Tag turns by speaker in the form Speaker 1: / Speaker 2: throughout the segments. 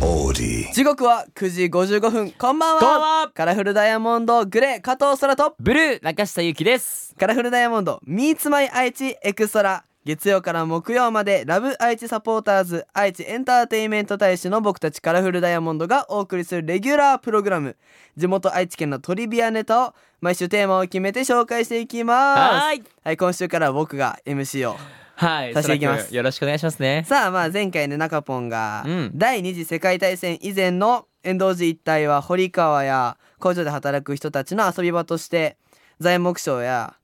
Speaker 1: melody.
Speaker 2: 時刻は9時55分こんばんは
Speaker 3: こんばんは
Speaker 2: カラフルダイヤモンドグレー加藤空と
Speaker 3: ブルー中下ゆきです
Speaker 2: カラフルダイヤモンド Meets My 愛知エクストラ月曜から木曜までラブ愛知サポーターズ愛知エンターテインメント大使の僕たちカラフルダイヤモンドがお送りするレギュラープログラム地元愛知県のトリビアネタを毎週テーマを決めて紹介していきます
Speaker 3: はーい
Speaker 2: はい今週から僕が MC を
Speaker 3: はい
Speaker 2: 差し上げます
Speaker 3: そらくよろしくお願いします ね
Speaker 2: さあまあ前回ね中ポンが
Speaker 3: うん
Speaker 2: 第二次世界大戦以前の遠藤寺一帯は堀川や工場で働く人たちの遊び場として材木商や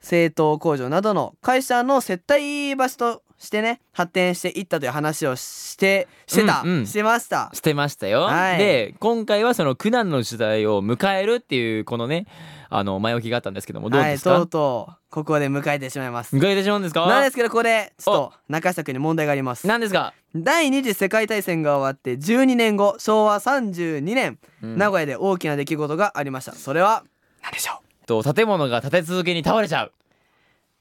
Speaker 2: 製糖工場などの会社の接待場所としてね発展していったという話をしてしてた、
Speaker 3: うんうん
Speaker 2: してました
Speaker 3: してましたよ、
Speaker 2: はい
Speaker 3: で今回はその苦難の時代を迎えるっていうこのねあの前置きがあったんですけどもどう
Speaker 2: は
Speaker 3: で
Speaker 2: い
Speaker 3: すか、
Speaker 2: とうとうここで迎えてしまいます
Speaker 3: 迎えてしまうんですか
Speaker 2: なんですけどここでちょっと中下君に問題があります
Speaker 3: なんですか、
Speaker 2: 第二次世界大戦が終わって12年後昭和32年
Speaker 3: うん
Speaker 2: 名古屋で大きな出来事がありましたそれは何でしょ
Speaker 3: と建物が立て続けに倒れちゃう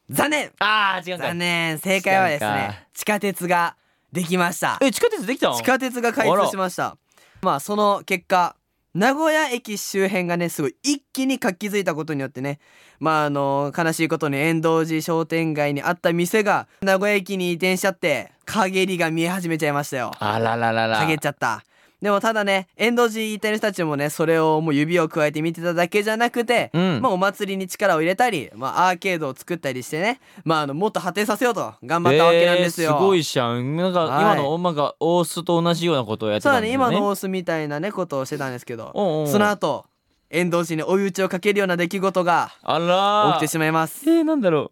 Speaker 2: う残念
Speaker 3: あー違うんか
Speaker 2: 残念正解はです
Speaker 3: 違う
Speaker 2: ね
Speaker 3: か
Speaker 2: 地下鉄ができました
Speaker 3: え地下鉄できたの
Speaker 2: 地下鉄が開通しましたまあその結果名古屋駅周辺がねすごい一気に活気づいたことによってねまああの悲しいことに遠藤寺商店街にあった店が名古屋駅に移転しちゃって陰りが見え始めちゃいましたよ
Speaker 3: あらららら
Speaker 2: 下げちゃったでもただね遠藤寺一帯の人たちもねそれをもう指をくわえて見てただけじゃなくて、
Speaker 3: うん
Speaker 2: まあ、お祭りに力を入れたり、まあ、アーケードを作ったりしてね、まあ、あのもっと果てさせようと頑張ったわけなんですよ。
Speaker 3: えーすごいじゃんなんか
Speaker 2: はい
Speaker 3: 今のなんかオースと同じようなことをやって
Speaker 2: そう
Speaker 3: た
Speaker 2: だ
Speaker 3: んだ
Speaker 2: ね
Speaker 3: よね
Speaker 2: 今のホースみたいなねことをしてたんですけど
Speaker 3: おうおう
Speaker 2: その後遠藤寺に追い打ちをかけるような出来事が
Speaker 3: あらー
Speaker 2: 起きてしまいます。
Speaker 3: えー、なんだろう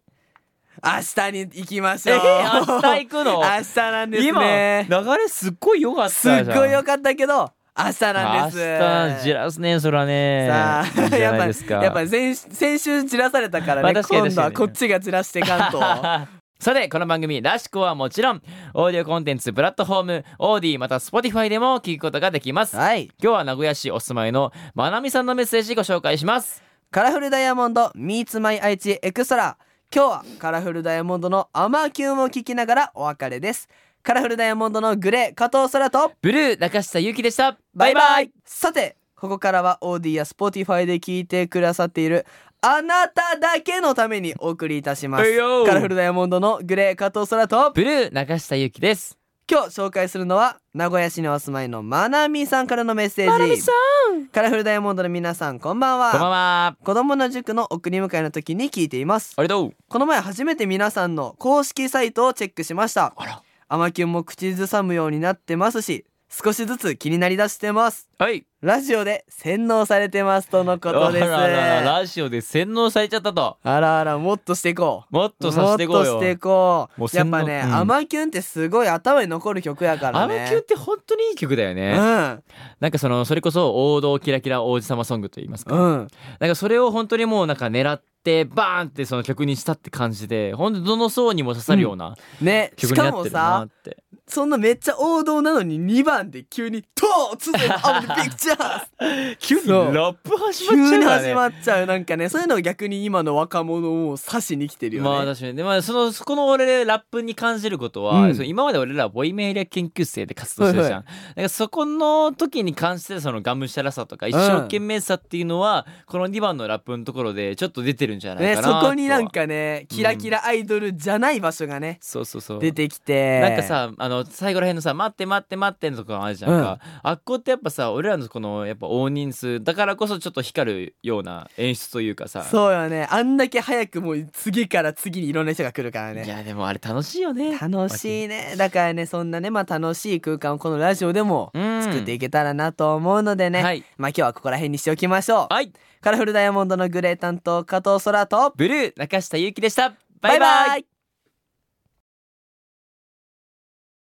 Speaker 2: 明日に行きまし
Speaker 3: え
Speaker 2: ょう。
Speaker 3: ー、明日行くの
Speaker 2: 明日なんです
Speaker 3: 今
Speaker 2: ね。
Speaker 3: 流れすっごい良かった
Speaker 2: す
Speaker 3: じゃん
Speaker 2: っごい良かったけど明日なんです。
Speaker 3: 明日じらすねそらね
Speaker 2: さ
Speaker 3: いいん
Speaker 2: あ、
Speaker 3: じゃ
Speaker 2: やっ
Speaker 3: ない
Speaker 2: ぱ
Speaker 3: ですか
Speaker 2: やっぱ先先週じらされたからね、
Speaker 3: まあ確かに
Speaker 2: 今度は
Speaker 3: 確か
Speaker 2: こ
Speaker 3: に
Speaker 2: っちがじらして関 東
Speaker 3: さてこの番組らしくはもちろんオーディオコンテンツプラットフォームオーディまた Spotify でも聞くことができます
Speaker 2: はい
Speaker 3: 今日は名古屋市お住まいのまなみさんのメッセージご紹介します
Speaker 2: カラフルダイヤモンド Meets My 愛知エクストラ今日はカラフルダイヤモンドのアマキュンを聞きながらお別れですカラフルダイヤモンドのグレー加藤空と
Speaker 3: ブルー中下ゆきでした
Speaker 2: バ
Speaker 3: バ
Speaker 2: イ
Speaker 3: イ
Speaker 2: バ
Speaker 3: バ
Speaker 2: イ
Speaker 3: イ
Speaker 2: さてここからはオーディや Spotify で聞いてくださっているあなただけのためにお送りいたします
Speaker 3: はいよ
Speaker 2: カラフルダイヤモンドのグレー加藤空と
Speaker 3: ブルー中下ゆきです
Speaker 2: 今日紹介するのは名古屋市にお住まいのまなみさんからのメッセージ
Speaker 3: まなみさん
Speaker 2: カラフルダイヤモンドの皆さんこんばんは
Speaker 3: こんばんは
Speaker 2: 子供の塾の送り迎えの時に聞いています
Speaker 3: ありがとう
Speaker 2: この前初めて皆さんの公式サイトをチェックしました
Speaker 3: あら
Speaker 2: アマキュンも口ずさむようになってますし少しずつ気になりだしてます
Speaker 3: はい
Speaker 2: ラジオで洗脳されてますとのことです
Speaker 3: あらららラジオで洗脳されちゃったと
Speaker 2: あらあらもっとしていこう
Speaker 3: もっとさせていこう
Speaker 2: もっ
Speaker 3: よ
Speaker 2: としていこう
Speaker 3: もう
Speaker 2: やっ
Speaker 3: 洗脳
Speaker 2: ぱね、
Speaker 3: うん
Speaker 2: アマキュンってすごい頭に残る曲やから
Speaker 3: あ
Speaker 2: ね
Speaker 3: の曲って本当にいい曲だよね、なんかそのそれこそ王道キラキラ王子様ソングと言いますか、
Speaker 2: うんうん
Speaker 3: なんかそれを本当にもうなんか狙ってバーンってその曲にしたって感じで本当にどの層にも刺さるような
Speaker 2: ねし
Speaker 3: 曲にな
Speaker 2: か
Speaker 3: っ
Speaker 2: も
Speaker 3: てる
Speaker 2: さ
Speaker 3: なって、
Speaker 2: そんなめっちゃ王道なのに2番で急に「トーツー アブピクチャー
Speaker 3: 急に
Speaker 2: そう
Speaker 3: ラップ始まっ
Speaker 2: 急
Speaker 3: ちゃ
Speaker 2: に
Speaker 3: うからね
Speaker 2: 始まっちゃうなんかねそういうのを逆に今の若者を指しに来てるよね、
Speaker 3: まあ確かにでまあそのそこの俺らラップに感じることは、
Speaker 2: うん
Speaker 3: その今まで俺らボイメーリア研究生で活動してるじゃん、なんかそこの時に関してそのがむしゃらさとか一生懸命さっていうのは、この2番のラップのところでちょっと出てるんじゃない
Speaker 2: ね、
Speaker 3: かなと
Speaker 2: そ
Speaker 3: は、
Speaker 2: こになんかねキラキラアイドルじゃない場所がね、
Speaker 3: そうそうそう
Speaker 2: 出てきて
Speaker 3: なんかさあの最後らへんのさ「待って待って待って」のとこあるじゃんか、あっこってやっぱさ俺らのこのやっぱ大人数だからこそちょっと光るような演出というかさ
Speaker 2: そうよねあんだけ早くもう次から次にいろんな人が来るから
Speaker 3: い
Speaker 2: ね
Speaker 3: やでもあれ楽しいよね
Speaker 2: 楽しいねだからねそんなねまあ楽しい空間をこのラジオでも
Speaker 3: うん
Speaker 2: 作っていけたらなと思うのでね、
Speaker 3: はい
Speaker 2: まあ今日はここら辺にしておきましょう
Speaker 3: はい
Speaker 2: カラフルダイヤモンドのグレー担当加藤空と
Speaker 3: ブルー中下ゆうきでした
Speaker 2: バイバイ